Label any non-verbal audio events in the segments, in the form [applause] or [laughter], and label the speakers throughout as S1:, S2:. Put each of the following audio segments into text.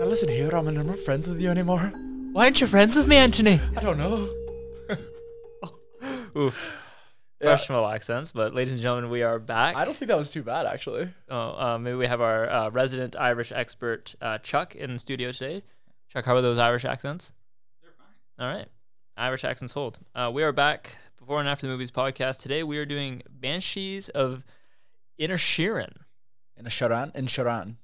S1: listen here, Roman, I'm not friends with you anymore.
S2: Why aren't you friends with me, Anthony?
S1: I don't know.
S2: Oof. Questionable accents, but ladies and gentlemen, we are back.
S1: I don't think that was too bad, actually.
S2: Oh, uh, maybe we have our uh, resident Irish expert uh, Chuck in the studio today. Chuck, how are those Irish accents? They're fine. All right, Irish accents hold. Uh, we are back before and after the movies podcast. Today we are doing Banshees of Inner Sheeran.
S1: In a Sharan, in Sharan.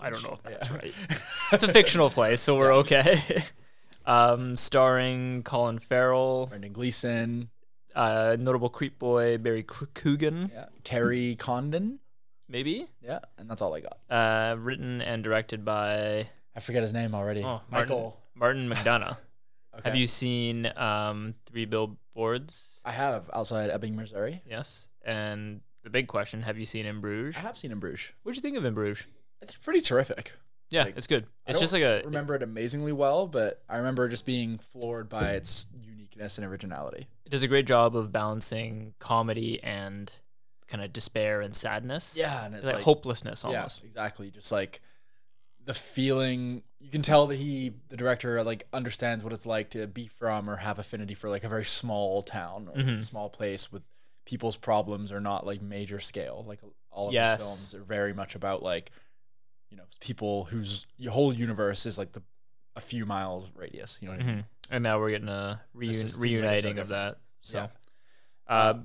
S2: I don't know if that's right. [laughs] it's a fictional play, so we're okay. [laughs] um, starring Colin Farrell,
S1: Brendan Gleeson,
S2: uh, notable creep boy Barry Coo- Coogan,
S1: yeah. Kerry Condon.
S2: maybe.
S1: Yeah, and that's all I got.
S2: Uh, written and directed by
S1: I forget his name already.
S2: oh,
S1: Michael.
S2: Martin, Martin McDonough.
S1: Okay.
S2: Have you seen um, Three Billboards?
S1: I have outside Ebbing, Missouri.
S2: Yes. And the big question: Have you seen In Bruges?
S1: I have seen in Bruges.
S2: What'd you think of In Bruges?
S1: It's pretty terrific.
S2: Yeah,
S1: Like,
S2: it's good.
S1: I
S2: It's
S1: don't
S2: just like a
S1: remember it amazingly well, but I remember just being floored by its uniqueness and originality.
S2: it does a great job of balancing comedy and kind of despair and sadness.
S1: Yeah, and it's
S2: like, hopelessness
S1: yeah,
S2: almost.
S1: exactly. Just like the feeling you can tell that he, the director, like understands what it's like to be from or have affinity for like a very small town or
S2: Mhm.
S1: small place with people's problems are not like major scale. Like all of
S2: Yes.
S1: his films are very much about like you know people whose your whole universe is like the a few miles radius. You know what I mean?
S2: hmm And now we're getting a reun-
S1: This is- seems like it's so
S2: reuniting
S1: different.
S2: of that. So,
S1: Yeah. Um,
S2: uh,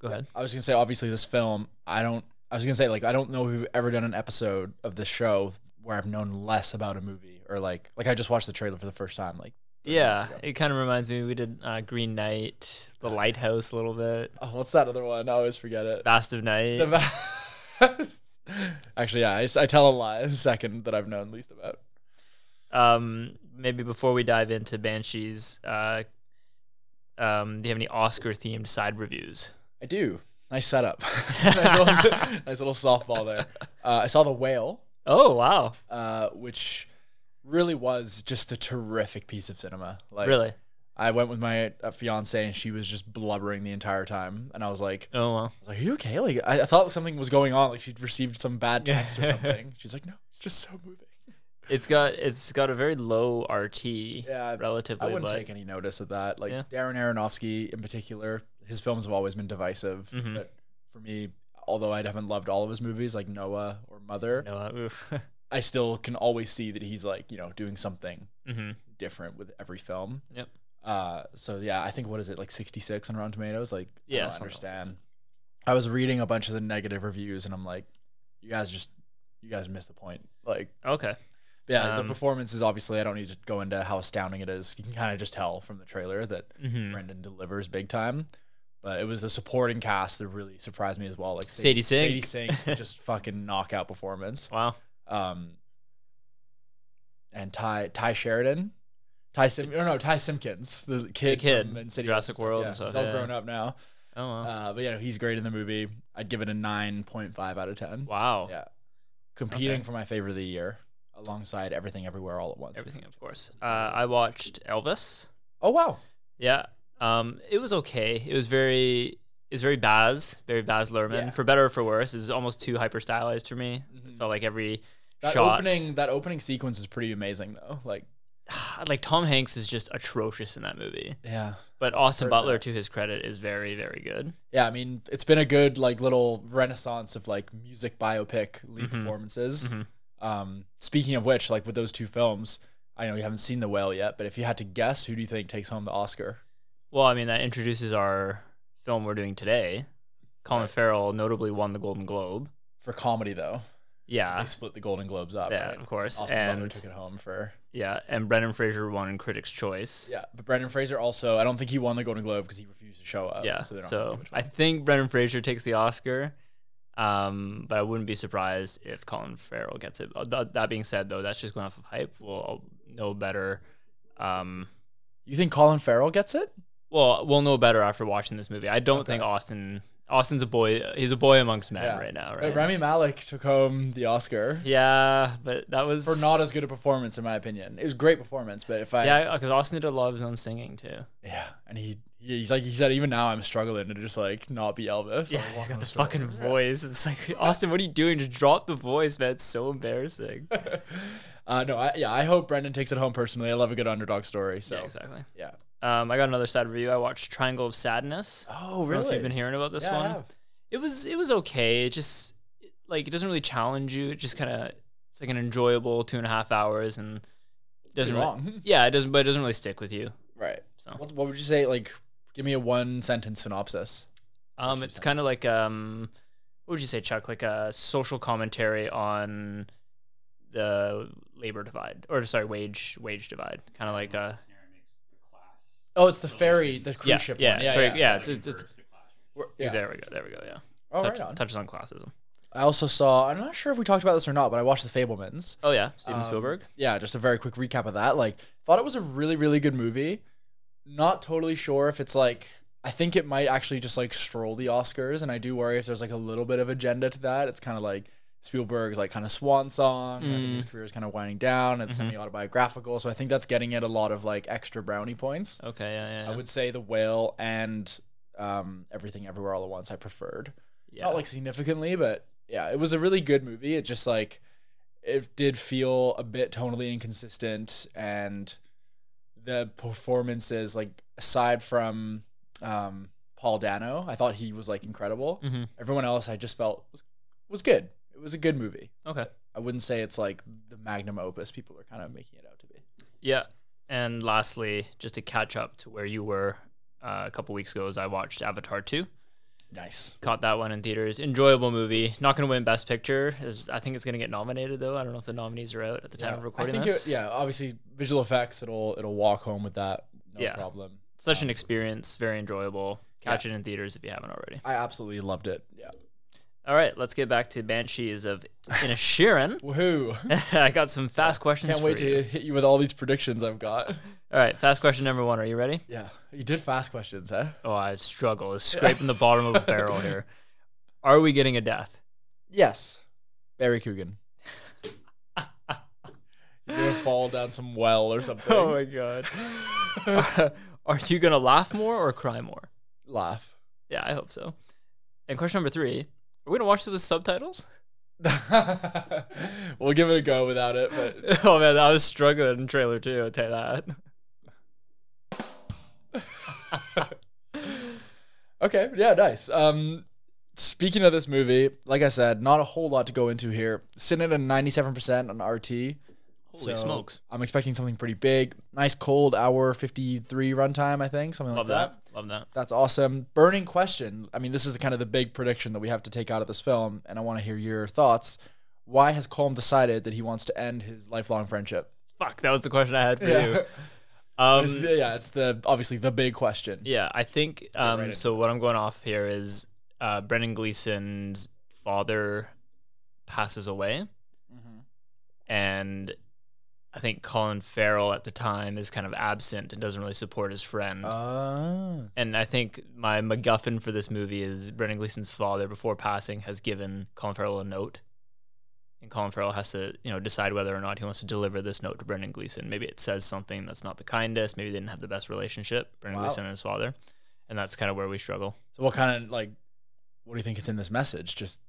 S2: go ahead.
S1: I was gonna say obviously this film. I don't. I was gonna say like I don't know if we've ever done an episode of this show where I've known less about a movie or like like I just watched the trailer for the first time. Like three
S2: Yeah,
S1: minutes ago.
S2: it kind of reminds me. We did uh, Green Knight, The Lighthouse, a little bit,
S1: Oh, what's that other one? I always forget it.
S2: Fast of Night.
S1: The va- [laughs] Actually, yeah, I, s- I tell a lie. The second that I've known least about.
S2: Um, maybe before we dive into Banshees, uh, um, do you have any Oscar themed side reviews?
S1: I do. Nice setup. [laughs] nice, little, [laughs] nice little softball there. Uh, I saw the whale,
S2: Oh wow,
S1: uh, which really was just a terrific piece of cinema. Like
S2: really?
S1: I went with my uh, fiance and she was just blubbering the entire time, and I was like,
S2: Oh wow.
S1: I was like, "Are you okay?" Like I, I thought something was going on. Like she'd received some bad text
S2: [laughs]
S1: or something. She's like, "No, it's just so moving."
S2: It's got it's got a very low RT,
S1: Yeah, I,
S2: relatively.
S1: I wouldn't
S2: but
S1: take any notice of that. Like
S2: Yeah.
S1: Darren Aronofsky in particular, his films have always been divisive.
S2: Mhm.
S1: But for me, although I haven't loved all of his movies, like Noah or Mother,
S2: No, uh, [laughs] oof.
S1: I still can always see that he's like you know doing something
S2: Mhm.
S1: different with every film.
S2: Yep.
S1: Uh, so yeah, I think what is it like sixty six on Rotten Tomatoes? Like,
S2: Yeah,
S1: I don't
S2: something like
S1: understand. I was reading a bunch of the negative reviews, and I'm like, you guys just, you guys missed the point. Like,
S2: Okay.
S1: yeah,
S2: Um,
S1: the performance is obviously. I don't need to go into how astounding it is. You can kind of just tell from the trailer that
S2: hmm
S1: Brendan delivers big time. But it was the supporting cast that really surprised me as well. Like Sa-
S2: Sadie Sink.
S1: Sadie Sink,
S2: [laughs]
S1: just fucking knockout performance
S2: Wow.
S1: um, and Ty Ty Sheridan, Ty Sim or no Ty Simpkins, the kid,
S2: kid,
S1: from Insidious
S2: Jurassic
S1: and stuff,
S2: World
S1: Yeah,
S2: and stuff,
S1: he's all
S2: yeah.
S1: grown up now.
S2: Oh wow.
S1: Uh, but yeah, he's great in the movie. I'd give it a nine point five out of ten.
S2: wow.
S1: Yeah, competing
S2: Okay.
S1: for my favorite of the year alongside Everything Everywhere All at Once.
S2: Everything, of course. Uh, I watched Elvis.
S1: Oh wow,
S2: Yeah. Um, it was okay. It was very, it was very Baz, very Baz Luhrmann,
S1: Yeah.
S2: for better or for worase. It was almost too hyper stylized for me. It
S1: Mhm.
S2: felt like every [sighs]
S1: that
S2: shot.
S1: opening that opening sequence is pretty amazing though. Like
S2: like Tom Hanks is just atrocious in that movie.
S1: yeah.
S2: But Austin
S1: heard
S2: Butler,
S1: that.
S2: to his credit, is very, very good.
S1: Yeah, I mean, it's been a good like little renaissance of like music biopic lead
S2: Mhm.
S1: performances.
S2: Mhm.
S1: Um, speaking of which, like with those two films, I know you haven't seen The Whale yet, but if you had to guess, who do you think takes home the Oscar?
S2: Well, I mean, that introduces our film we're doing today. Colin
S1: Right.
S2: Farrell notably won the Golden Globe.
S1: For comedy, though, 'cause
S2: Yeah.
S1: they split the Golden Globes up.
S2: Ah. Yeah,
S1: right?
S2: of course.
S1: Austin
S2: and
S1: Butler took it home for
S2: yeah, and Brendan Fraser won Critics' Choice.
S1: yeah, but Brendan Fraser also. I don't think he won the Golden Globe because he refused to show up.
S2: yeah.
S1: Uh, so,
S2: So,
S1: they don't have to give it to
S2: I
S1: him.
S2: think Brendan Fraser takes the Oscar, um, but I wouldn't be surprised if Colin Farrell gets it. Uh, th- that being said, though, that's just going off of hype. We'll all know better. Um,
S1: you think Colin Farrell gets it?
S2: well, we'll know better after watching this movie. I don't
S1: Okay.
S2: think Austin. Austin's a boy. He's a boy amongst men
S1: Yeah.
S2: right now,
S1: But
S2: right?
S1: Rami Malik took home the Oscar
S2: yeah, but that was
S1: for not as good a performance, in my opinion. It was a great performance, but if I
S2: yeah, because Austin did a lot of his own singing too.
S1: Yeah, and he he's like he said even now I'm struggling to just like not be Elvis.
S2: Yeah,
S1: I'm
S2: he's
S1: walking
S2: got
S1: on
S2: the
S1: struggle.
S2: fucking [laughs] voice. It's like Austin, what are you doing? Just drop the voice, man. It's so embarrassing.
S1: Uh, no, I, yeah, I hope Brendan takes it home personally. I love a good underdog story. So
S2: yeah, exactly.
S1: yeah.
S2: Um, I got another sad review. I watched Triangle of Sadness.
S1: Oh,
S2: I don't know if you've been hearing about this
S1: yeah, I
S2: one.
S1: have.
S2: It was it was okay. It just like it doesn't really challenge you. It just kind of it's like an enjoyable two and a half hours and
S1: Pretty
S2: doesn't
S1: [laughs]
S2: really,
S1: long.
S2: yeah it doesn't but it doesn't really stick with you.
S1: Right.
S2: So
S1: What, what would you say? Like, give me a one sentence synopsis.
S2: Um,
S1: Two
S2: it's kind of like um, what would you say, Chuck? Like a social commentary on the labor divide, or sorry, wage wage divide. Kind of like uh,
S1: Oh, it's the ferry, the cruise
S2: yeah,
S1: ship
S2: yeah,
S1: one. Yeah,
S2: sorry,
S1: yeah.
S2: yeah. It's, it's, it's,
S1: We're- yeah.
S2: yeah. There we go. There we go. Yeah.
S1: Oh,
S2: Touch,
S1: right on.
S2: Touches on classism.
S1: I also saw. I'm not sure if we talked about this or not, but I watched The Fablemans.
S2: Oh yeah, Steven
S1: Um,
S2: Spielberg.
S1: Yeah, just a very quick recap of that. Like, thought it was a really, really good movie. Not totally sure if it's like. I think it might actually just like stroll the Oscars, and I do worry if there's like a little bit of agenda to that. It's kind of like Spielberg's like kind of swan song. and I think
S2: Mm.
S1: his career is kind of winding down. It's
S2: Mhm.
S1: semi autobiographical, so I think that's getting it a lot of like extra brownie points.
S2: Okay. Yeah. Yeah. yeah.
S1: I would say The Whale and um, Everything Everywhere All at Once I preferred
S2: yeah.
S1: not like significantly, but yeah, it was a really good movie. It just like it did feel a bit tonally inconsistent, and the performances, like aside from um, Paul Dano, I thought he was like incredible.
S2: hmm
S1: Everyone else, I just felt was was good. It was a good movie.
S2: Okay.
S1: I wouldn't say it's like the magnum opus people are kind of making it out to be.
S2: Yeah. And lastly, just to catch up to where you were uh, a couple weeks ago, as I watched Avatar two.
S1: Nice.
S2: Caught that one in theaters. Enjoyable movie. Not going to win Best Picture. Is I think it's going to get nominated though. I don't know if the nominees are out at the time of recording
S1: I think
S2: this.
S1: It, yeah, obviously visual effects. It'll it'll walk home with that. No
S2: Yeah.
S1: problem.
S2: Such an experience. Very enjoyable. Catch it in theaters if you haven't already.
S1: I absolutely loved it. Yeah.
S2: All right, let's get back to
S1: [laughs]
S2: Banshees of Inishirin.
S1: Woohoo. [laughs]
S2: [laughs] I got some fast questions.
S1: Can't wait
S2: for you.
S1: to hit you with all these predictions I've got.
S2: All right, fast question number one. Are you ready?
S1: [laughs] Yeah, you did fast questions, huh?
S2: Oh, I struggle. It's scraping the bottom of a barrel here. Are we getting a death?
S1: Yes, Barry Coogan. [laughs] You're gonna fall down some well or [laughs] something.
S2: god. [laughs] Are you gonna laugh more or cry more?
S1: Laugh.
S2: Yeah, I hope so. And question number three: Are we gonna watch this with subtitles?
S1: [laughs] we'll give it a go without it, but
S2: oh man, I was struggling in trailer too. I'll tell you that.
S1: [laughs] okay, yeah, nice. Um, speaking of this movie, like I said, not a whole lot to go into here. Sitting at a 97% on RT.
S2: Holy
S1: So,
S2: smokes!
S1: I'm expecting something pretty big. Nice cold hour 53 runtime, I think, something
S2: Love
S1: like that.
S2: that. Love that.
S1: That's awesome. Burning question. I mean, this is kind of the big prediction that we have to take out of this film, and I want to hear your thoughts. Why has Colm decided that he wants to end his lifelong friendship?
S2: Fuck, that was the question I had for
S1: [laughs]
S2: you.
S1: It's
S2: Um,
S1: the- yeah, it's the obviously the big question.
S2: yeah, I think. Um,
S1: right in.
S2: so what I'm going off here is uh, Brendan Gleeson's father passes away.
S1: Mm-hmm.
S2: and I think Colin Farrell at the time is kind of absent and doesn't really support his friend.
S1: Oh.
S2: and I think my MacGuffin for this movie is Brendan Gleeson's father, before passing, has given Colin Farrell a note, and Colin Farrell has to, you know, decide whether or not he wants to deliver this note to Brendan Gleeson. Maybe it says something that's not the kindest. Maybe they didn't have the best relationship, Brendan
S1: Wow.
S2: Gleeson and his father, and that's kind of where we struggle.
S1: So what kind of like what do you think is in this message? Just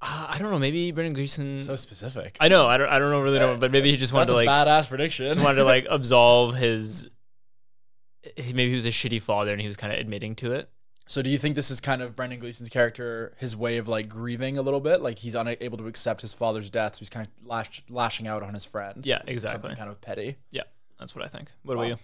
S2: Uh,
S1: Ah,
S2: I don't know. Maybe Brendan Gleeson.
S1: so specific.
S2: Mm. I know. I don't. I don't know. Really know. But maybe he just wanted
S1: That's
S2: to like
S1: a badass prediction. [laughs]
S2: He wanted to like absolve his he- maybe he was a shitty father and he was kind of admitting to it
S1: so do you think this is kind of Brendan Gleeson's character, his way of like grieving a little bit? Like he's unable to accept his father's death, so he's kind of lash- lashing out on his friend.
S2: yeah
S1: Something
S2: exactly
S1: kind of petty.
S2: that's what i think what
S1: Wow.
S2: about you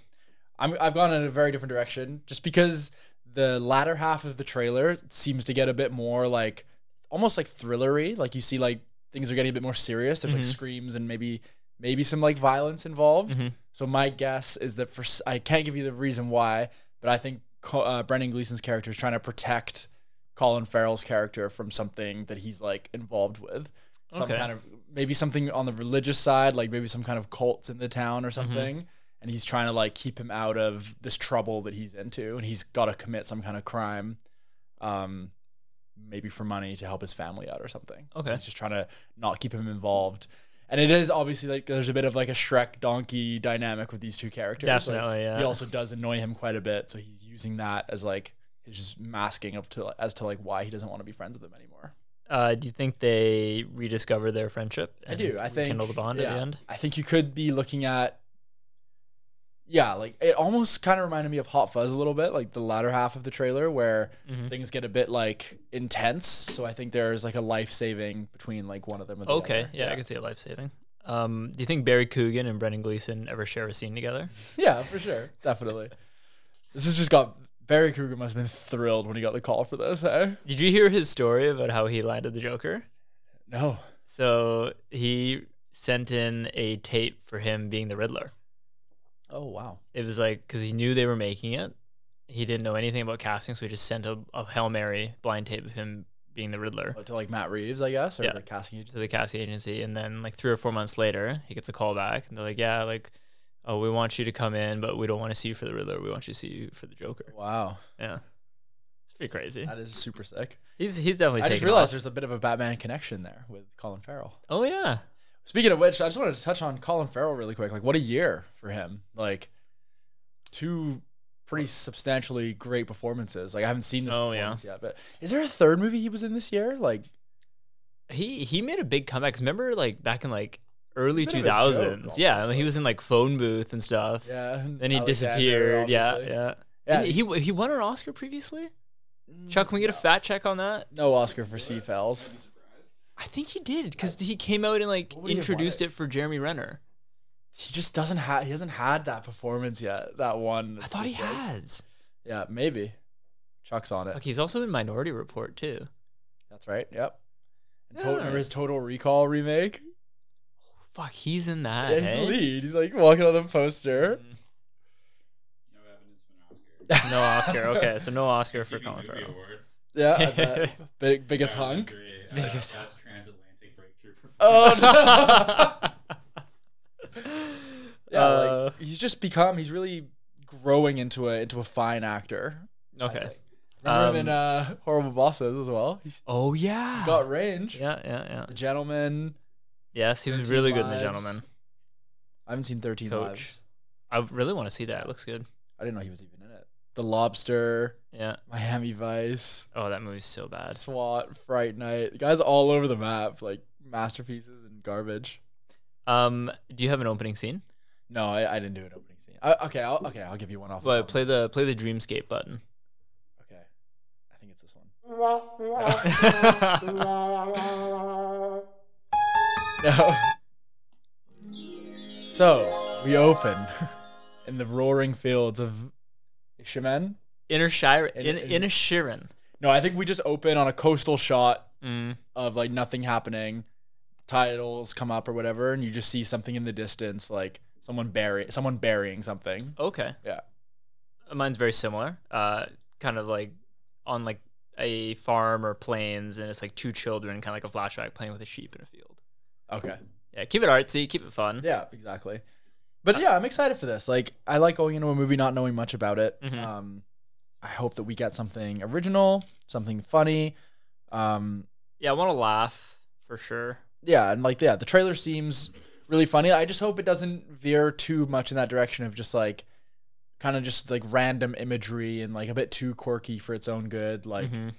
S1: I'm, I've gone in a very different direction just because the latter half of the trailer seems to get a bit more like almost like thrillery. Like you see like things are getting a bit more serious. There's
S2: Mhm.
S1: like screams and maybe maybe some like violence involved.
S2: Mhm.
S1: So my guess is that for s- I can't give you the reason why, but I think Co- uh, Brendan Gleeson's character is trying to protect Colin Farrell's character from something that he's like involved with. Some
S2: Okay.
S1: kind of maybe something on the religious side, like maybe some kind of cults in the town or
S2: Mm-hmm.
S1: something and he's trying to like keep him out of this trouble that he's into and he's got to commit some kind of crime um maybe for money to help his family out or something So
S2: Okay.
S1: he's just trying to not keep him involved and it is obviously like there's a bit of like a shrek donkey dynamic with these two characters Like,
S2: definitely yeah
S1: he also does annoy him quite a bit so he's using that as like his just masking of to as to like why he doesn't want to be friends with him anymore
S2: Uh, do you think they rediscover their friendship?
S1: I do. I think-
S2: kindle the bond at
S1: yeah.
S2: the end.
S1: I think you could be looking at yeah, like it almost kind of reminded me of Hot Fuzz a little bit, like the latter half of the trailer where
S2: Mhm.
S1: things get a bit like intense. So I think there's like a life saving between like one of them. And the
S2: Okay,
S1: other.
S2: yeah, I can see it life saving. Um, do you think Barry Coogan and Brendan Gleeson ever share a scene together?
S1: [laughs] yeah, for sure, definitely. This has just got Barry Kruger must have been thrilled when he got the call for this. Eh?
S2: Did you hear his story about how he landed the Joker?
S1: No,
S2: So he sent in a tape for him being the Riddler.
S1: oh wow,
S2: It was like because he knew they were making it. He didn't know anything about casting, so he just sent a, a hail mary blind tape of him being the Riddler
S1: to like Matt Reeves, I guess, or
S2: Yeah.
S1: like casting agent.
S2: to the casting agency. And then like three or four months later, he gets a call back, and they're like, "Yeah, like, oh, we want you to come in, but we don't want to see you for the Riddler. We want you to see you for the Joker."
S1: Wow,
S2: Yeah, it's pretty crazy.
S1: that is super sick.
S2: He's he's definitely.
S1: I just
S2: taken
S1: realized
S2: off.
S1: there's a bit of a Batman connection there with Colin Farrell.
S2: Oh yeah,
S1: Speaking of which, I just wanted to touch on Colin Farrell really quick. Like, what a year for him! Like, two pretty substantially great performances. Like, I haven't seen this
S2: Oh, yeah.
S1: performance yet, but is there a third movie he was in this year? Like,
S2: he he made a big comeback. 'Cause Remember, like back in like early
S1: He's a
S2: two
S1: bit of a joke,
S2: thousands. Yeah,
S1: almost,
S2: and he
S1: like-
S2: was in like phone booth and stuff.
S1: yeah,
S2: [laughs] Then he disappeared. Yeah, yeah. Didn't He he won an Oscar previously. Chuck, can we get a fact check on that?
S1: no Oscar for Seafells.
S2: I think he did because he came out and like
S1: What would he have won
S2: introduced
S1: it?
S2: it for Jeremy Renner.
S1: He just doesn't have. He hasn't had that performance yet. That one.
S2: I
S1: that's
S2: thought he
S1: just like-
S2: has.
S1: Yeah, maybe. Chuck's on it.
S2: Like he's also in Minority Report too.
S1: That's right. Yep. And
S2: Yeah.
S1: to- remember his Total Recall remake?
S2: Fuck, he's in that.
S1: Yeah, he's
S2: eh?
S1: the lead. He's like walking on the poster.
S2: No Oscar. Okay, so no Oscar for
S3: Give you
S2: Colin
S3: movie
S2: Farrell.
S3: award.
S1: [laughs] Yeah, I
S2: [laughs]
S1: bet. Big, biggest [laughs] hunk.
S3: Three, uh,
S2: Biggest-
S3: Best transatlantic breakthrough.
S1: Oh no! yeah,
S2: Uh, Oh.
S1: like he's just become. He's really growing into a into a fine actor. I
S2: okay.
S1: think. Remember him
S2: Um,
S1: in uh, Horrible Bosses as well. He's
S2: Oh yeah.
S1: he's got range.
S2: yeah, yeah, yeah.
S1: The Gentleman.
S2: Yes, he was
S1: 13
S2: really good in The
S1: Lives.
S2: Gentleman.
S1: I haven't seen Thirteen
S2: Coach.
S1: Lives.
S2: I really want to see that. It looks good.
S1: I didn't know he was even in it. The Lobster,
S2: Yeah.
S1: Miami Vice,
S2: Oh, that movie's so bad.
S1: SWAT, Fright Night. The guys all over the map, like masterpieces and garbage.
S2: Um, do you have an opening scene?
S1: No, I, I didn't do an opening scene. I, okay, I'll, okay, I'll give you one off. the
S2: Well,
S1: top.
S2: play the play the Dreamscape button.
S1: Okay, I think it's this one. No. So we open [laughs] in the roaring fields of Shemen.
S2: Inner Shiren.
S1: In-
S2: In,
S1: in-
S2: Inner Shiren.
S1: No, I think we just open on a coastal shot
S2: Mm.
S1: of like nothing happening. Titles come up or whatever, and you just see something in the distance, like someone bury someone burying something.
S2: Okay.
S1: Yeah.
S2: Uh, Mine's very similar. Uh, kind of like on like a farm or plains, and it's like two children, kind of like a flashback playing with a sheep in a field.
S1: Okay.
S2: Yeah, keep it artsy, keep it fun.
S1: Yeah, exactly. But yeah, I'm excited for this. Like, I like going into a movie not knowing much about it.
S2: Mhm.
S1: Um, I hope that we get something original, something funny. Um,
S2: yeah I want to laugh for sure.
S1: yeah, and like, yeah, the trailer seems really funny. I just hope it doesn't veer too much in that direction of just like, kind of just like random imagery and like a bit too quirky for its own good. Like,
S2: Mhm.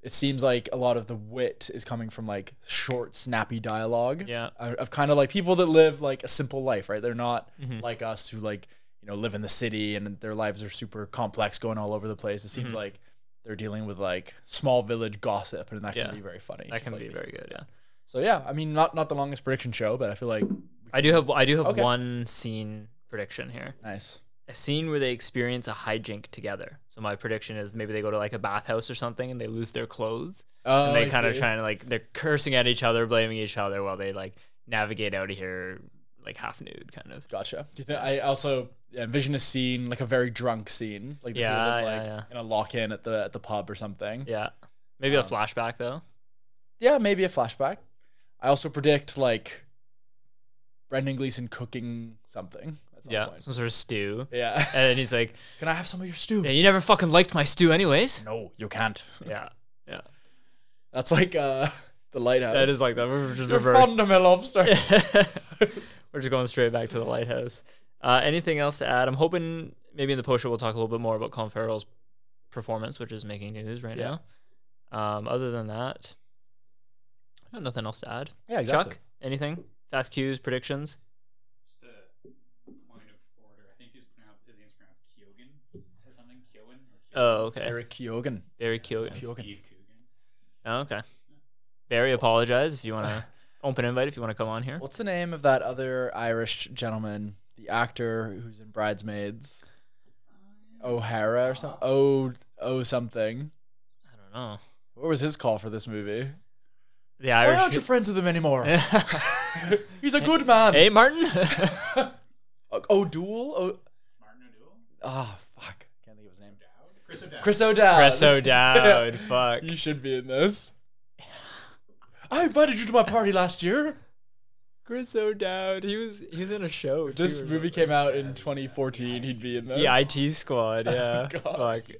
S1: it seems like a lot of the wit is coming from like short, snappy dialogue
S2: Yeah.
S1: of of kind of like people that live like a simple life, right? They're not
S2: Mhm.
S1: like us who like you know live in the city and their lives are super complex, going all over the place. It seems
S2: Mhm.
S1: like they're dealing with like small village gossip, and that
S2: Yeah.
S1: can be very funny.
S2: That
S1: Just,
S2: can
S1: like,
S2: be very good. Yeah.
S1: So yeah, I mean, not not the longest prediction show, but I feel like
S2: I do have I do have
S1: Okay.
S2: one scene prediction here.
S1: nice.
S2: A scene where they experience a hijink together. So my prediction is maybe they go to like a bathhouse or something and they lose their clothes
S1: Oh,
S2: and they
S1: I
S2: kind of
S1: see.
S2: trying to like they're cursing at each other, blaming each other while they like navigate out of here like half nude kind of.
S1: Gotcha. Do you think I also envision a scene like a very drunk scene, like the two of
S2: Yeah,
S1: them,
S2: yeah,
S1: like
S2: yeah.
S1: in a lock in at the at the pub or something?
S2: Yeah. Maybe a
S1: Um,
S2: flashback though.
S1: Yeah, maybe a flashback. I also predict like Brendan Gleeson cooking something. At some
S2: Yeah.
S1: Point.
S2: Some sort of stew.
S1: Yeah.
S2: [laughs] And then he's like,
S1: Can I have some of your stew?
S2: Yeah, you never fucking liked my
S1: [laughs]
S2: stew anyways.
S1: No, you can't.
S2: Yeah. Yeah.
S1: That's like uh [laughs] the lighthouse. [laughs]
S2: That is like that. We're just
S1: You're
S2: reverse.
S1: fond of my lobster.
S2: [laughs] We're just going straight back to the lighthouse. Uh, anything else to add? I'm hoping maybe in the post show we'll talk a little bit more about Colin Farrell's performance, which is making news right
S1: Yeah.
S2: now. Um, other than that, I got nothing else to add.
S1: [laughs] Yeah, exactly.
S2: Chuck, anything? Fast cues, predictions.
S3: Just a point of order. I think he's pronounced his name's pronounced Keogan or something. Keogan or
S2: Oh, okay.
S1: Eric Kyogen.
S2: Barry Keoghan.
S1: Keoghan.
S3: Steve Coogan.
S2: Oh, okay. Barry, apologize if you want to [laughs] open invite if you want to come on here.
S1: What's the name of that other Irish gentleman, the actor who's in Bridesmaids? O'Hara or something? Oh, oh something.
S2: I don't know.
S1: What was his call for this movie?
S2: The
S1: Why aren't [laughs]
S2: Irish.
S1: you friends with him
S2: [laughs]
S1: anymore? He's a good man.
S2: hey, Martin. [laughs]
S1: [laughs] O- O'Doul? Oh,
S3: Martin O'Doul?
S1: ah, fuck. Can't think of his name.
S3: Dowd? Chris O'Dowd.
S1: Chris O'Dowd. [laughs]
S2: Press O'Dowd. Fuck.
S1: You should be in this. I invited you to my party last year.
S2: Chris O'Dowd. He was he was in a show.
S1: If this movie came out in 2014, he'd be in this.
S2: The
S1: [laughs]
S2: IT Squad. Yeah.
S1: God.
S2: Fuck.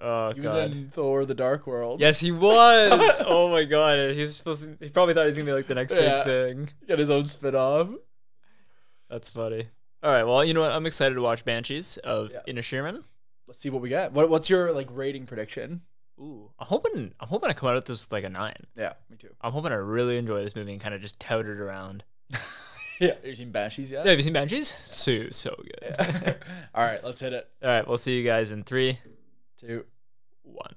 S2: Oh
S1: He was
S2: god.
S1: in Thor: The Dark World.
S2: yes,
S1: [laughs]
S2: he was. oh my god. He's supposed. To, he probably thought he was gonna be like the next
S1: Yeah.
S2: big thing.
S1: He got his own spin-off.
S2: That's funny. All right. Well, you know what? I'm excited to watch Banshees of
S1: Yeah.
S2: Inisherin.
S1: Let's see what we get. What, what's your like rating prediction?
S2: Ooh, I'm hoping I'm hoping I come out of this with like a nine.
S1: Yeah, me too.
S2: I'm hoping I really enjoy this movie and kind of just tout it around.
S1: Yeah, have you seen Banshees yet?
S2: Yeah, have you seen Banshees? So so good.
S1: [laughs] All right, let's hit it.
S2: All right, we'll see you guys in three,
S1: Two.
S2: one.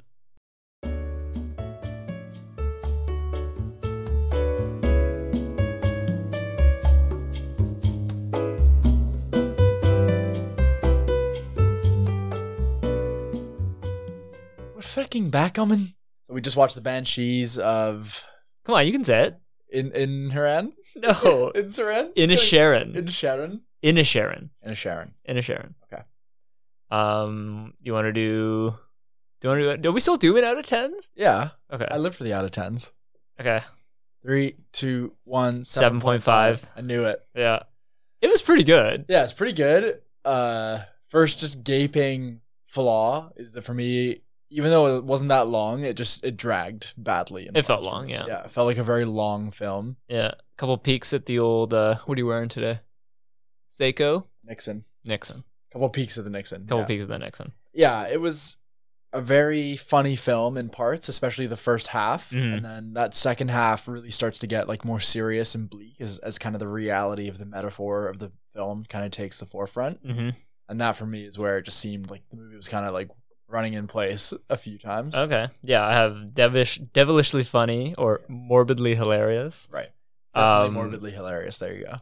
S1: We're fucking backgammon. So we just watched the Banshees of
S2: Come on, you
S1: [laughs]
S2: can say it.
S1: in in Haran.
S2: No,
S1: Oh. [laughs] In Saran. In
S2: Inisherin,
S1: Sharon.
S2: Inisherin,
S1: In Sharon.
S2: Inisherin.
S1: Okay.
S2: Um, you want to do? Do you want to do? Do we still do it out of tens?
S1: Yeah,
S2: Okay.
S1: I live for the out of tens.
S2: Okay.
S1: Three, two, one,
S2: Seven point five.
S1: I knew it.
S2: Yeah. It was pretty good.
S1: Yeah, it's pretty good. Uh, first, just gaping flaw is that for me, even though it wasn't that long, it just it dragged badly. in
S2: It felt
S1: parts for
S2: long,
S1: me.
S2: yeah.
S1: yeah, it felt like a very long film.
S2: Yeah. A couple peeks at the old. Uh, what are you wearing today? Seiko
S1: Nixon,
S2: Nixon.
S1: couple peaks of the Nixon.
S2: Couple
S1: yeah.
S2: peeks at the Nixon.
S1: yeah, it was a very funny film in parts, especially the first half,
S2: Mhm.
S1: and then that second half really starts to get like more serious and bleak as as kind of the reality of the metaphor of the film kind of takes the forefront.
S2: Mm-hmm.
S1: and that for me is where it just seemed like the movie was kind of like running in place a few times.
S2: Okay. Yeah, I have devish, devilishly funny or morbidly hilarious.
S1: Right. Definitely
S2: Um,
S1: morbidly hilarious. There you go.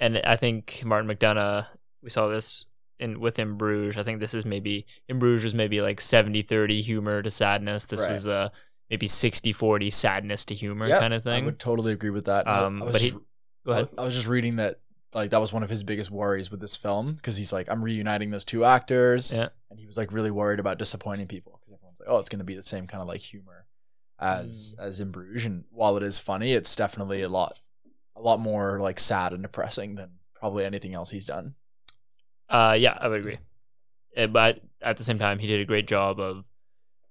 S2: And I think Martin McDonough, we saw this in with In Bruges. I think this is maybe In Bruges was maybe like 70-30 humor to sadness. This
S1: Right.
S2: was uh maybe 60-40 sadness to humor
S1: Yeah,
S2: kind of
S1: I
S2: thing.
S1: would totally agree with that. And I-
S2: Um,
S1: I was
S2: but he-
S1: just,
S2: Go ahead.
S1: I was just reading that like that was one of his biggest worries with this film because he's like, I'm reuniting those two actors,
S2: Yeah.
S1: and he was like really worried about disappointing people because everyone's like, oh, it's going to be the same kind of like humor as
S2: Mm.
S1: as in Bruges, and while it is funny, it's definitely a lot a lot more like sad and depressing than probably anything else he's done.
S2: Uh, yeah, I would agree. Uh, But at the same time, he did a great job of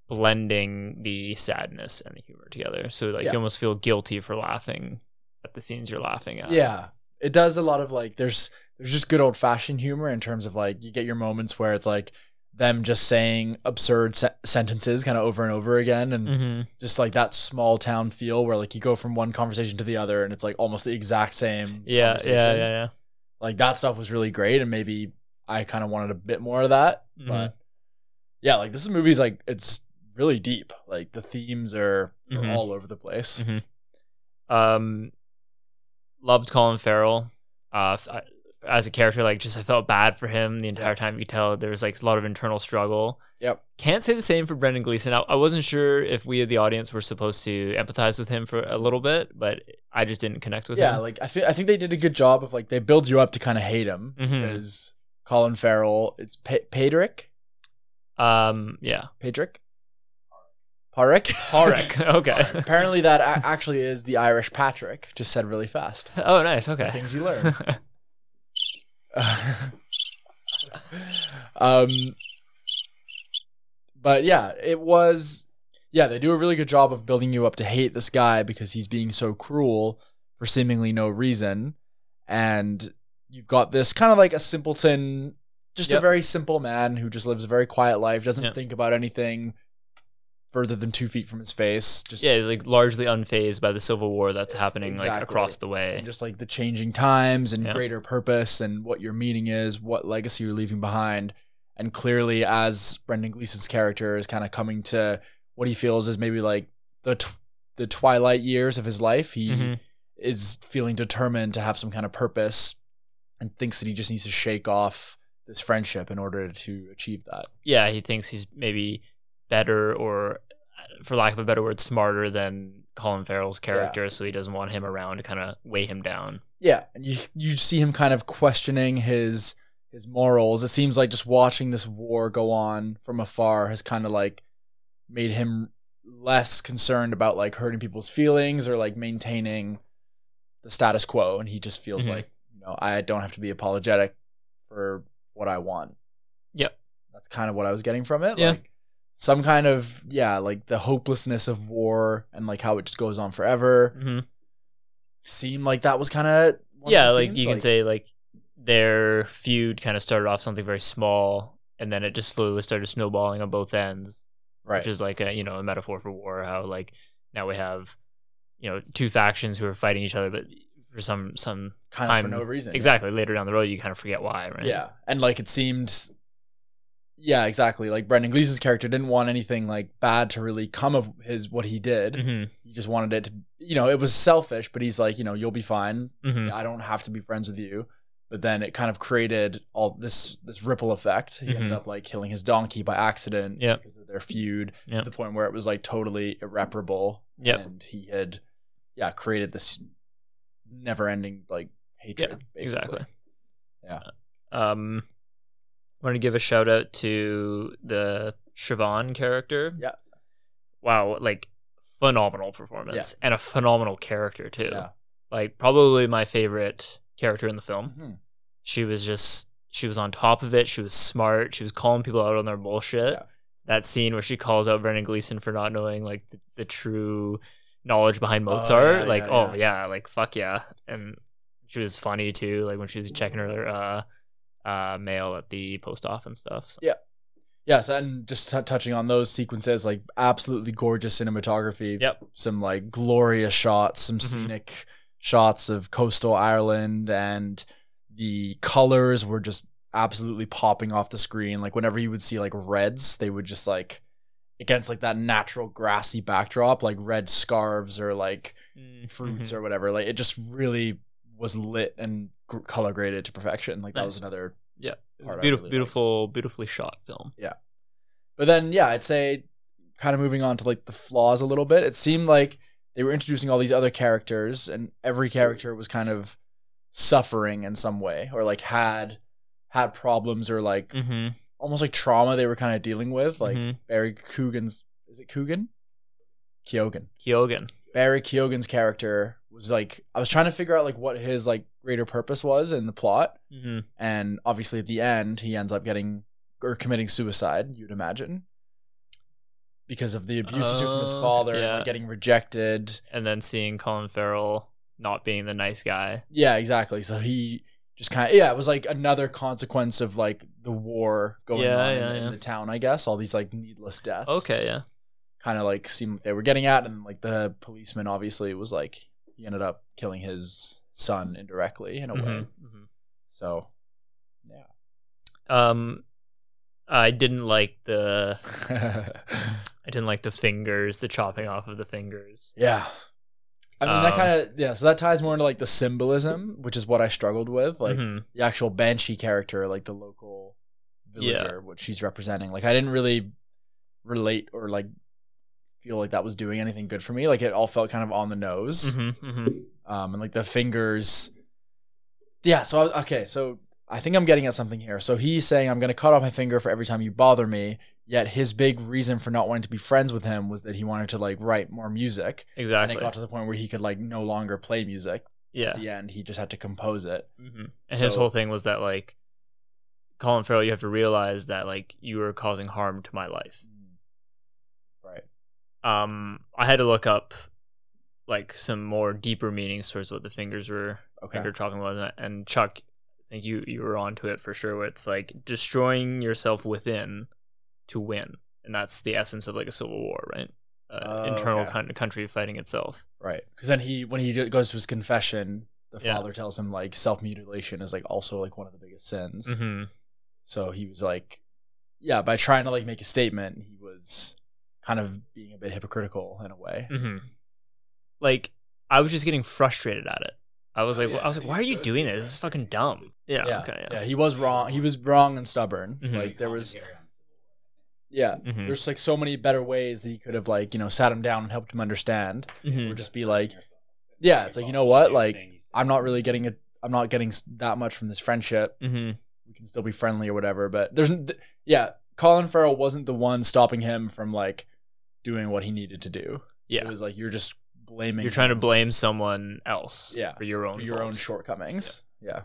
S2: blending the sadness and the humor together. So like
S1: Yeah.
S2: you almost feel guilty for laughing at the scenes you're laughing at.
S1: Yeah. It does a lot of like there's there's just good old fashioned humor in terms of like you get your moments where it's like them just saying absurd se- sentences kind of over and over again and
S2: Mm-hmm.
S1: just like that small town feel where like you go from one conversation to the other and it's like almost the exact same
S2: Yeah, yeah,
S1: conversation.
S2: yeah, yeah.
S1: like that stuff was really great and maybe I kind of wanted a bit more of that
S2: Mhm.
S1: but yeah like this movie's like it's really deep like the themes are, are
S2: Mhm.
S1: all over the place
S2: Mhm. Um, loved Colin Farrell. Uh, f- I- as a character, like just I felt bad for him the entire time. You could tell there was like a lot of internal struggle.
S1: Yep.
S2: Can't say the same for Brendan Gleeson. I, I wasn't sure if we, the audience, were supposed to empathize with him for a little bit, but I just didn't connect with
S1: yeah,
S2: him.
S1: like I think I think they did a good job of like they build you up to kind of hate him
S2: Mhm.
S1: because Colin Farrell, it's pa- Patrick,
S2: um, yeah.
S1: Patrick, Parik.
S2: [laughs] Horek. okay.
S1: [laughs] Apparently, that a- actually is the Irish Patrick. Just said really fast.
S2: [laughs] oh, nice. Okay.
S1: Things you
S2: [laughs]
S1: learn. [laughs] um, but yeah, it was. Yeah, they do a really good job of building you up to hate this guy because he's being so cruel for seemingly no reason, and you've got this kind of like a simpleton, just a
S2: Yep.
S1: very simple man who just lives a very quiet life, doesn't
S2: Yep.
S1: think about anything. further than two feet from his face. Just
S2: Yeah, he's like largely unfazed by the civil war that's happening like
S1: Exactly.
S2: across the way.
S1: and just like the changing times and
S2: Eh. Yeah.
S1: greater purpose and what your meaning is, what legacy you're leaving behind. And clearly, as Brendan Gleeson's character is kind of coming to what he feels is maybe like the tw- the twilight years of his life, he
S2: Mhm.
S1: is feeling determined to have some kind of purpose and thinks that he just needs to shake off this friendship in order to achieve that.
S2: Yeah, he thinks he's maybe better or for lack of a better word, smarter than Colin Farrell's character, so he doesn't want him around to kind of weigh him down.
S1: Yeah, and you you see him kind of questioning his his morals. It seems like just watching this war go on from afar has kind of like made him less concerned about like hurting people's feelings or like maintaining the status quo and he just feels
S2: Mhm.
S1: like, you know, I don't have to be apologetic for what I want.
S2: Yep.
S1: That's kind of what I was getting from it.
S2: Yeah.
S1: Like some kind of yeah, like the hopelessness of war and like how it just goes on forever
S2: hmm
S1: seem like that was kind of
S2: Yeah, like you can say like their feud kind of started off something very small, and then it just slowly started snowballing on both ends.
S1: right
S2: which is like a you know a metaphor for war how like now we have you know two factions who are fighting each other but for some some
S1: kind of for
S2: I'm-
S1: no reason
S2: exactly later down the road you kind of forget why right
S1: yeah and like it seemed yeah exactly like brendan gleason's character didn't want anything like bad to really come of his what he did
S2: hmm
S1: he just wanted it to you know it was selfish but he's like you know you'll be fine
S2: hmm
S1: i don't have to be friends with you but then it kind of created all this this ripple effect he ended
S2: Mhm.
S1: up like killing his donkey by accident
S2: Yep.
S1: because of their feud
S2: Yep.
S1: to the point where it was like totally irreparable
S2: Yep.
S1: and he had yeah created this never-ending like hatred basically.
S2: exactly
S1: Yeah.
S2: um i want to give a shout out to the Siobhan character
S1: Yeah.
S2: wow like phenomenal performance and a phenomenal character too
S1: Yeah.
S2: like probably my favorite character in the film
S1: Mhm.
S2: she was just she was on top of it. She was smart. She was calling people out on their bullshit.
S1: Yeah.
S2: That scene where she calls out Brendan Gleeson for not knowing like the, the true knowledge behind
S1: Oh, yeah,
S2: Mozart.
S1: yeah,
S2: like,
S1: yeah.
S2: oh yeah, like fuck yeah. And she was funny too. Like when she was checking her uh, uh, mail at the post office and stuff. So,
S1: yes and just t- touching on those sequences like absolutely gorgeous cinematography
S2: Yep.
S1: some like glorious shots some
S2: Mhm.
S1: scenic shots of coastal ireland and the colors were just absolutely popping off the screen like whenever you would see like reds they would just like against like that natural grassy backdrop like red scarves or like
S2: Mm-hmm.
S1: fruits or whatever. Like it just really was lit and gr- color graded to perfection. Like that was
S2: Nice.
S1: another. part I really
S2: Beautiful,
S1: liked.
S2: beautiful, beautifully shot film.
S1: But then yeah, I'd say kind of moving on to like the flaws a little bit. It seemed like they were introducing all these other characters, and every character was kind of suffering in some way or like had had problems or like
S2: Mm-hmm.
S1: almost like trauma they were kind of dealing with. Like
S2: Mhm.
S1: Barry Coogan's is it Coogan? Keoghan.
S2: Kyogen.
S1: Barry Keoghan's character was like I was trying to figure out like what his like greater purpose was in the plot.
S2: hmm
S1: and obviously at the end he ends up getting or committing suicide you'd imagine because of the abuse he took from his
S2: Oh,
S1: father and,
S2: yeah.
S1: like, getting rejected
S2: And then seeing Colin Farrell not being the nice guy.
S1: yeah exactly so he just kind of yeah it was like another consequence of like the war going
S2: Yeah,
S1: on in
S2: yeah,
S1: the- in,
S2: yeah.
S1: the town i guess all these like needless deaths
S2: Okay, yeah.
S1: kind of like seemed like they were getting at and like the policeman obviously was like he ended up killing his son indirectly in a way
S2: Mhm. Mhm.
S1: so [laughs]
S2: Um, I didn't like the I didn't like the fingers, the chopping off of the fingers.
S1: Yeah. I mean, that
S2: Um,
S1: kind of, yeah, so that ties more into like the symbolism, which is what I struggled with. Like
S2: Mhm.
S1: the actual Banshee character, like the local
S2: Yeah.
S1: villager, what she's representing. Like, I didn't really relate or like feel like that was doing anything good for me. Like, it all felt kind of on the nose.
S2: Mhm, mhm.
S1: Um, and like the fingers. Yeah. So, I- okay. So I think I'm getting at something here. So he's saying, I'm going to cut off my finger for every time you bother me. Yet his big reason for not wanting to be friends with him was that he wanted to like write more music and
S2: exactly.
S1: it got to the point where he could like no longer play music
S2: yeah,
S1: at the end he just had to compose it
S2: hmm and his
S1: So-
S2: whole thing was that like, Colin Farrell, you have to realize that like you are causing harm to my life.
S1: right
S2: Um, I had to look up like some more deeper meanings towards what the fingers were
S1: okay
S2: finger chopping was, and- and Chuck, I think you you were onto it for sure. Where it's like destroying yourself within to win and that's the essence of like a civil war, right? Uh,
S1: Oh,
S2: internal
S1: okay.
S2: coun- country fighting itself.
S1: Right. Because then he, when he do- goes to his confession, the
S2: Yeah.
S1: father tells him like self mutilation is like also like one of the biggest sins.
S2: Mm-hmm.
S1: So he was like, yeah, by trying to like make a statement, he was kind of being a bit hypocritical in a way.
S2: Mm-hmm. Like I was just getting frustrated at it. I was
S3: Oh,
S2: like,
S3: yeah,
S2: I was like,
S3: you
S2: why are you
S3: should
S2: doing
S3: be
S2: this? This is fucking dumb. Yeah. Okay. Yeah.
S1: He was wrong. He was wrong and stubborn.
S2: Mhm.
S1: Like there was,
S3: Commentary on Civil War.
S1: yeah,
S2: Mhm.
S1: there's like so many better ways that he could have like you know sat him down and helped him understand.
S2: Mhm.
S1: Or just be like, yeah, it's like, you know what, like, I'm not really getting it. I'm not getting s- that much from this friendship.
S2: Mhm.
S1: we can still be friendly or whatever. But there's, n- th- yeah, Colin Farrell wasn't the one stopping him from like doing what he needed to do. It
S2: Yeah.
S1: was like you're just blaming.
S2: You're trying to
S1: him
S2: blame someone else.
S1: Yeah.
S2: For your own.
S1: for your own
S2: faults.
S1: shortcumings. Yeah.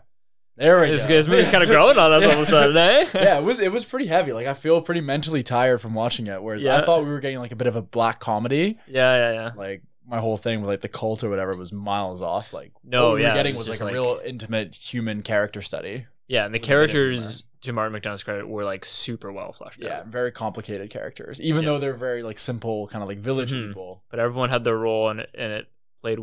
S1: There we
S2: This,
S1: go.
S2: this
S1: [laughs]
S2: movie's kind of growing on us all of a sudden, eh?
S1: yeah, it was it was pretty heavy. Like I feel pretty mentally tired from watching it. Whereas
S2: Yeah.
S1: I thought we were getting like a bit of a black comedy.
S2: Yeah. Yeah. Yeah.
S1: Like my whole thing with like the cult or whatever was miles off. Like
S2: No,
S1: what we
S2: Oh, yeah,
S1: were
S2: it
S1: getting
S2: was
S1: was,
S2: just
S1: like a
S2: like-
S1: real intimate human character study.
S2: Yeah, and the
S1: It was a bit of
S2: characters, to Martin McDonogh's credit, were like super well fleshed
S1: Yeah,
S2: out.
S1: very complicated characters. Even
S2: Yeah.
S1: though they're very like simple, kind of like village
S2: Mhm.
S1: people.
S2: But everyone had their role, and it, and it played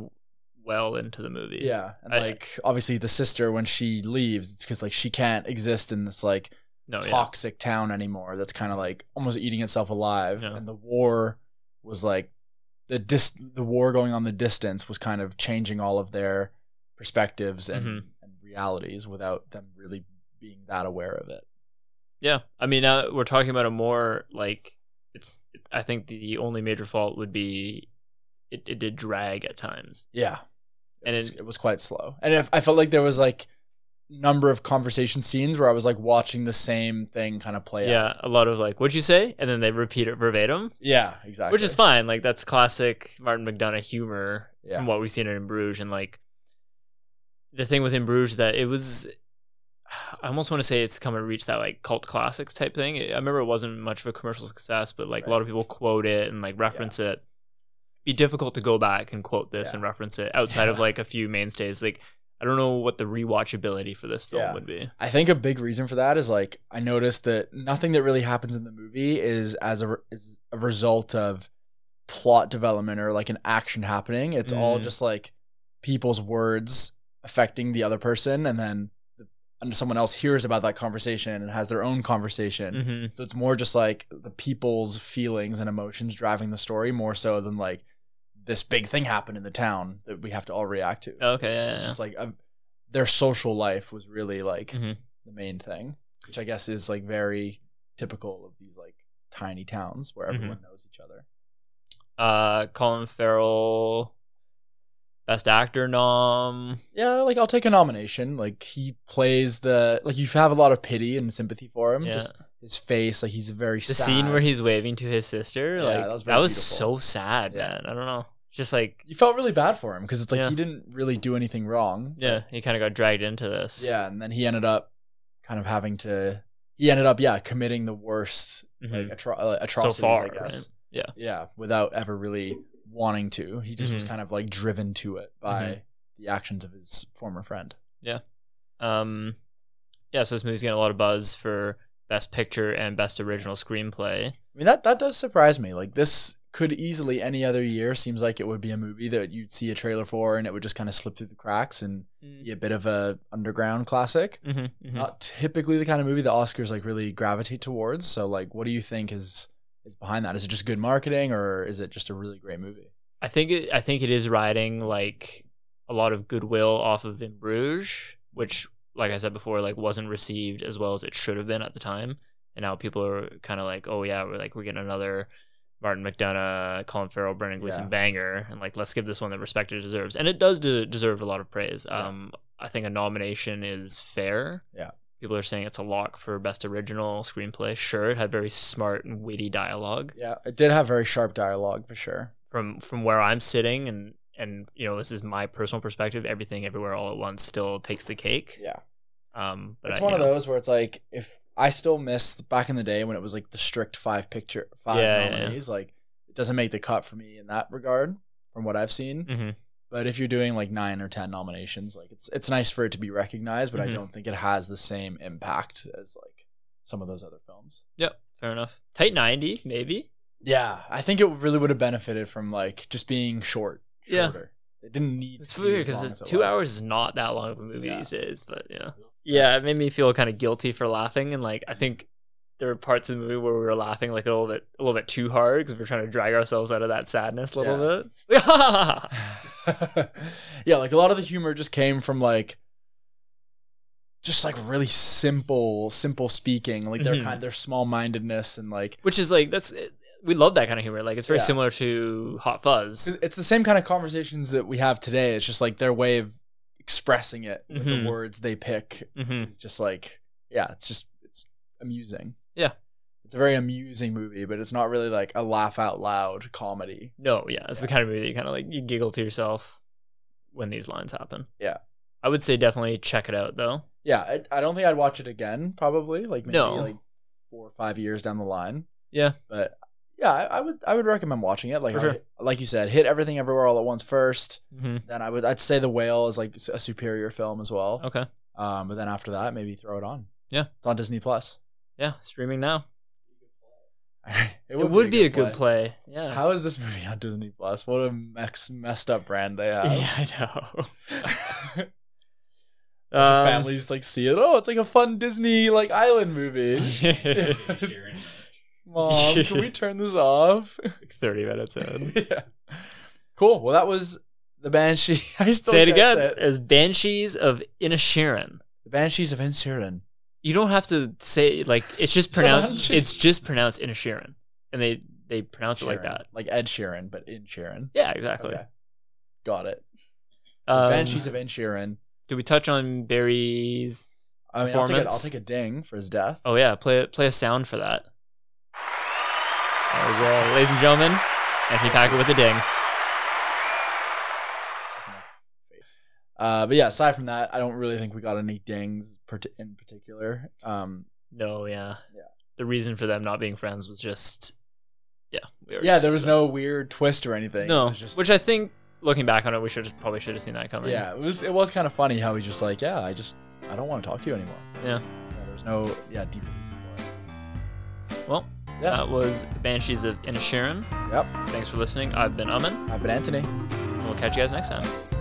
S2: well into the movie.
S1: Yeah, and
S2: I-
S1: like obviously the sister when she leaves, it's because like she can't exist in this like
S2: no, Oh, yeah.
S1: toxic town anymore. That's kind of like almost eating itself alive.
S2: Yeah.
S1: And the war was like the dis the war going on the distance was kind of changing all of their perspectives and,
S2: Mhm.
S1: and realities without them really being that aware of it.
S2: Yeah, I mean, now we're talking about a more like it's. I think the only major fault would be it, it did drag at times.
S1: Yeah,
S2: And
S1: it was,
S2: it-
S1: it was quite slow. And if, I felt like there was like number of conversation scenes where I was like watching the same thing kind of
S2: Yeah,
S1: play out.
S2: a lot of like, what'd you say? And then they repeat it verbatim,
S1: Yeah, exactly.
S2: which is fine. Like that's classic Martin McDonough humor
S1: Yeah.
S2: from what we've seen in Bruges, and like the thing with in Bruges that it was. I almost want to say it's come and reached that like cult classics type thing. I remember it wasn't much of a commercial success, but like a
S1: Right.
S2: lot of people quote it and like reference it. Be difficult to go back and quote this
S1: Yeah.
S2: and reference it outside of
S1: Yeah.
S2: like a few mainstays. Like I don't know what the rewatchability for this film
S1: Yeah.
S2: would be.
S1: I think a big reason for that is like I noticed that nothing that really happens in the movie is as a is a result of plot development or like an action happening. It's all
S2: Mm.
S1: just like people's words affecting the other person, and then the, and someone else hears about that conversation and has their own conversation.
S2: Mm-hmm.
S1: So it's more just like the people's feelings and emotions driving the story more so than like this big thing happened in the town that we have to all react to.
S2: Okay, Oh, yeah,
S1: It's
S2: yeah,
S1: just like a, their social life was really like
S2: Mhm.
S1: the main thing, which I guess is like very typical of these like tiny towns where
S2: Mhm.
S1: everyone knows each other.
S2: yeah. Uh, Colin Farrell, Best Actor nom.
S1: Yeah, like I'll take a nomination. Like he plays the like you have a lot of pity and sympathy for him.
S2: Yeah.
S1: Just his face, like he's very
S2: the
S1: sad.
S2: scene where he's waving to his sister
S1: Yeah,
S2: like
S1: that
S2: that was,
S1: was very
S2: so
S1: beautiful.
S2: sad
S1: Yeah.
S2: man i don't know just like
S1: you felt really bad for him because it's like
S2: Yeah.
S1: he didn't really do anything wrong.
S2: yeah he kind of got dragged into this
S1: Yeah, and then he ended up kind of having to. He ended up yeah committing the worst
S2: Mhm.
S1: like atro- uh,
S2: so
S1: atrocities.
S2: far
S1: I
S2: right?
S1: guess.
S2: yeah
S1: yeah without ever really wanting to he just was
S2: Mhm.
S1: kind of like driven to it by
S2: Mm-hmm.
S1: the actions of his former friend
S2: um yeah so this movie's getting a lot of buzz for best picture and best original screenplay
S1: i mean that that does surprise me like this could easily any other year seems like it would be a movie that you'd see a trailer for and it would just kind of slip through the cracks and be a bit of a underground classic
S2: hmm
S1: not typically the kind of movie the oscars like really gravitate towards so like what do you think is is behind that is it just good marketing or is it just a really great movie
S2: i think it i think it is riding like a lot of goodwill off of in bruges which like i said before like wasn't received as well as it should have been at the time and now people are kind of like oh yeah we're like we're getting another Martin McDonough, Colin Farrell, Brendan Gleeson
S1: Yeah.
S2: banger, and like let's give this one the respect it deserves, and it does de- deserve a lot of praise.
S1: Yeah.
S2: Um, I think a nomination is fair.
S1: Yeah.
S2: people are saying it's a lock for best original screenplay. Sure, it had very smart and witty dialogue
S1: yeah it did have very sharp dialogue for sure
S2: from from where I'm sitting, and and you know this is my personal perspective. Everything, everywhere, all at once still takes the cake.
S1: yeah
S2: Um, but
S1: it's
S2: I-
S1: one
S2: you
S1: of
S2: know,
S1: those where it's like if I still miss back in the day when it was like the strict five picture five
S2: Yeah, yeah, yeah.
S1: nominees, like it doesn't make the cut for me in that regard from what I've seen.
S2: Mhm.
S1: But if you're doing like nine or ten nominations, like it's it's nice for it to be recognized, but
S2: Mhm.
S1: I don't think it has the same impact as like some of those other films.
S2: Yep, Fair enough. Tight 90, maybe.
S1: Yeah, I think it really would have benefited from like just being short.
S2: Yeah.
S1: Shorter. It didn't need.
S2: It's
S1: to be
S2: weird
S1: as long
S2: because
S1: as it
S2: two
S1: was.
S2: hours is not that long of a movie
S1: Yeah.
S2: these days, but yeah. Yeah, it made me feel kind of guilty for laughing, and like I think there were parts of the movie where we were laughing like a little bit, a little bit too hard because we are trying to drag ourselves out of that sadness a little bit. [laughs]
S1: [laughs] yeah, like a lot of the humor just came from like just like really simple, simple speaking, like their
S2: Mhm.
S1: kind, their small mindedness, and like
S2: Which is like that's it, we love that kind of humor. Like it's very
S1: Yeah.
S2: similar to Hot Fuzz.
S1: it's the same kind of conversations that we have today. It's just like their way of expressing it with
S2: Mhm.
S1: the words they pick.
S2: hmm
S1: It's just like yeah, it's just it's amusing.
S2: Yeah.
S1: it's a very amusing movie, but it's not really like a laugh out loud comedy.
S2: No, yeah, it's the kind of movie that you kind of like you giggle to yourself when these lines happen.
S1: Yeah.
S2: I would say definitely check it out though.
S1: Yeah, I, I don't think I'd watch it again. Probably like maybe
S2: No.
S1: like four or five years down the line.
S2: Yeah.
S1: but yeah, I, I would I would recommend watching it. Like
S2: For sure.
S1: I- like you said, hit everything everywhere all at once first.
S2: hmm
S1: Then I would I'd say the whale is like a superior film as well.
S2: Okay,
S1: Um, but then after that, maybe throw it on.
S2: Yeah.
S1: it's on Disney Plus. [laughs]
S2: yeah, streaming now.
S1: it
S2: It would, be, a good play. Yeah. [laughs]
S1: How is this movie on Disney Plus? What a mex- messed up brand they have. [laughs]
S2: yeah, I know. Um,
S1: Do
S2: [laughs]
S1: families like see it. Oh, it's like a fun Disney like island movie.
S2: [laughs]
S1: [laughs]
S3: Sharon Lynch.
S1: Mom, can we turn this off? [laughs]
S2: Thirty minutes [laughs] in.
S1: yeah. Cool. Well, that was the Banshee. [laughs] I still
S2: Say it
S1: can't
S2: again.
S1: say it.
S2: As Banshees of Inisherin.
S1: The Banshees of Inisherin.
S2: You don't have to say like it's just [laughs] pronounced.
S1: Banshees.
S2: it's just pronounced Inisherin, and they they pronounce it like
S1: Sheeran.
S2: that.
S1: Like Ed Sheeran, but in Sheeran.
S2: Yeah, exactly.
S1: Okay. Got it. The
S2: Um,
S1: Banshees of Inisherin.
S2: Do we touch on Barry's?
S1: I mean, I'll take, a, I'll
S2: performance?
S1: take a ding for his death.
S2: Oh yeah, play play a sound for that. There we go, ladies and gentlemen. And he packed it with a ding.
S1: Uh, but yeah, aside from that, I don't really think we got any dings part- in particular. Um,
S2: No, yeah.
S1: Yeah.
S2: The reason for them not being friends was just, yeah. We already
S1: yeah,
S2: said
S1: there was
S2: that.
S1: no weird twist or anything. It
S2: no.
S1: was just,
S2: Which I think, looking back on it, we should have probably should have seen that coming.
S1: yeah, it was it was kind of funny how he's just like, yeah, I just I don't want to talk to you anymore.
S2: Yeah.
S1: yeah there was no yeah deep reason for it.
S2: Well,
S1: Yeah.
S2: that was Banshees of Inisherin.
S1: Yep,
S2: Thanks for listening. I've been Amin.
S1: I've been Uh, Anthony.
S2: and We'll catch you guys next time.